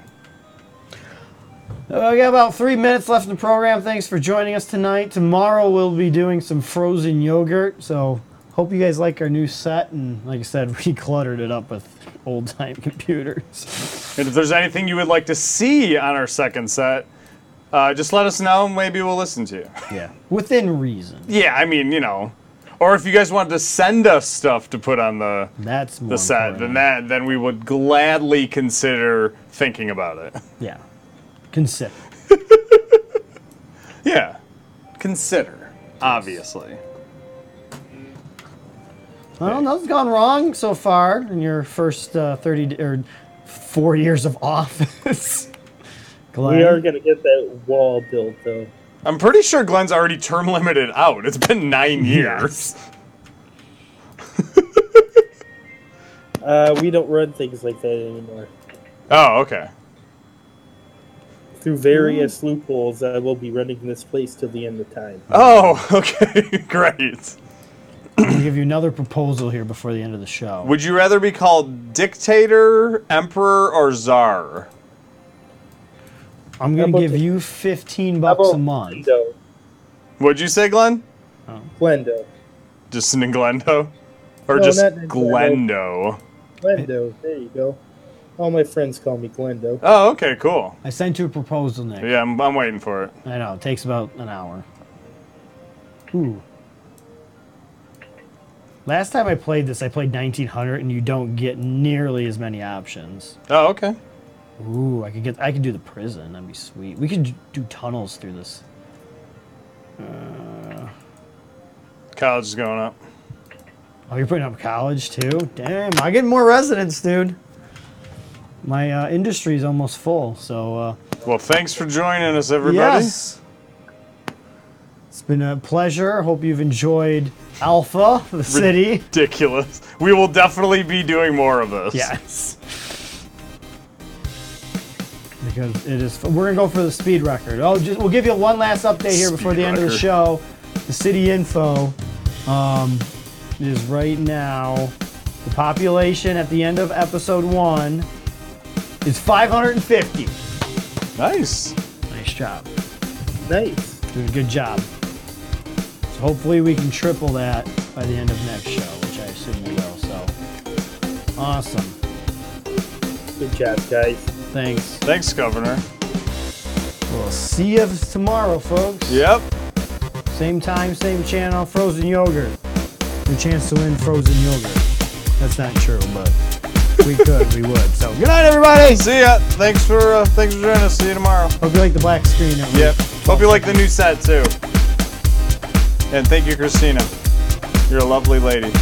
Uh, we got about three minutes left in the program. Thanks for joining us tonight. Tomorrow we'll be doing some frozen yogurt. So hope you guys like our new set. And like I said, we cluttered it up with old time computers. And if there's anything you would like to see on our second set, uh, just let us know and maybe we'll listen to you. Yeah. Within reason. yeah, I mean, you know. Or if you guys wanted to send us stuff to put on the, That's more the set, then important. that then we would gladly consider thinking about it. Yeah. Consider. Yeah. Consider, obviously. Well, nothing's gone wrong so far in your first uh, 30 d- or four years of office. Glenn. We are gonna get that wall built though. I'm pretty sure Glenn's already term limited out. It's been nine years. Uh, we don't run things like that anymore. Oh, okay. Through various loopholes, I will be running this place till the end of time. Oh, okay. Great. I'll give you another proposal here before the end of the show. Would you rather be called dictator, emperor, or czar? I'm How going to about give the- you 15 How bucks a about month. Glendo? Would you say Glenn? Glendo. Just an Glendo? Or No, just not Glendo. Glendo? Glendo. There you go. All my friends call me Glendo. Oh, okay, cool. I sent you a proposal, Nick. Yeah, I'm, I'm waiting for it. I know. It takes about an hour. Ooh. Last time I played this, I played 1900, and you don't get nearly as many options. Oh, okay. Ooh, I could get. I could do the prison. That'd be sweet. We could do tunnels through this. Uh, College is going up. Oh, you're putting up college too. Damn, I get more residents, dude. My uh, industry is almost full. So uh, Well, thanks for joining us, everybody. yes, it's been a pleasure. Hope you've enjoyed Alpha, the city. Ridiculous. We will definitely be doing more of this. Yes. Because it is, we're gonna go for the speed record. Oh, just we'll give you one last update here before the Speed end of the record. show. The city info um, is right now. The population at the end of episode one is 550. Nice. Nice job. Nice. Doing a good job. So hopefully we can triple that by the end of next show, which I assume we will. So awesome. Good job, guys. Thanks. Thanks, Governor. We'll see you tomorrow, folks. Yep. Same time, same channel, frozen yogurt. Your chance to win frozen yogurt. That's not true, but we could, we would. So Good night, everybody. See ya. Thanks for uh, thanks for joining us. See you tomorrow. hope you like the black screen. at least. Yep. Hope you like the new set too. And thank you, Christina. You're a lovely lady.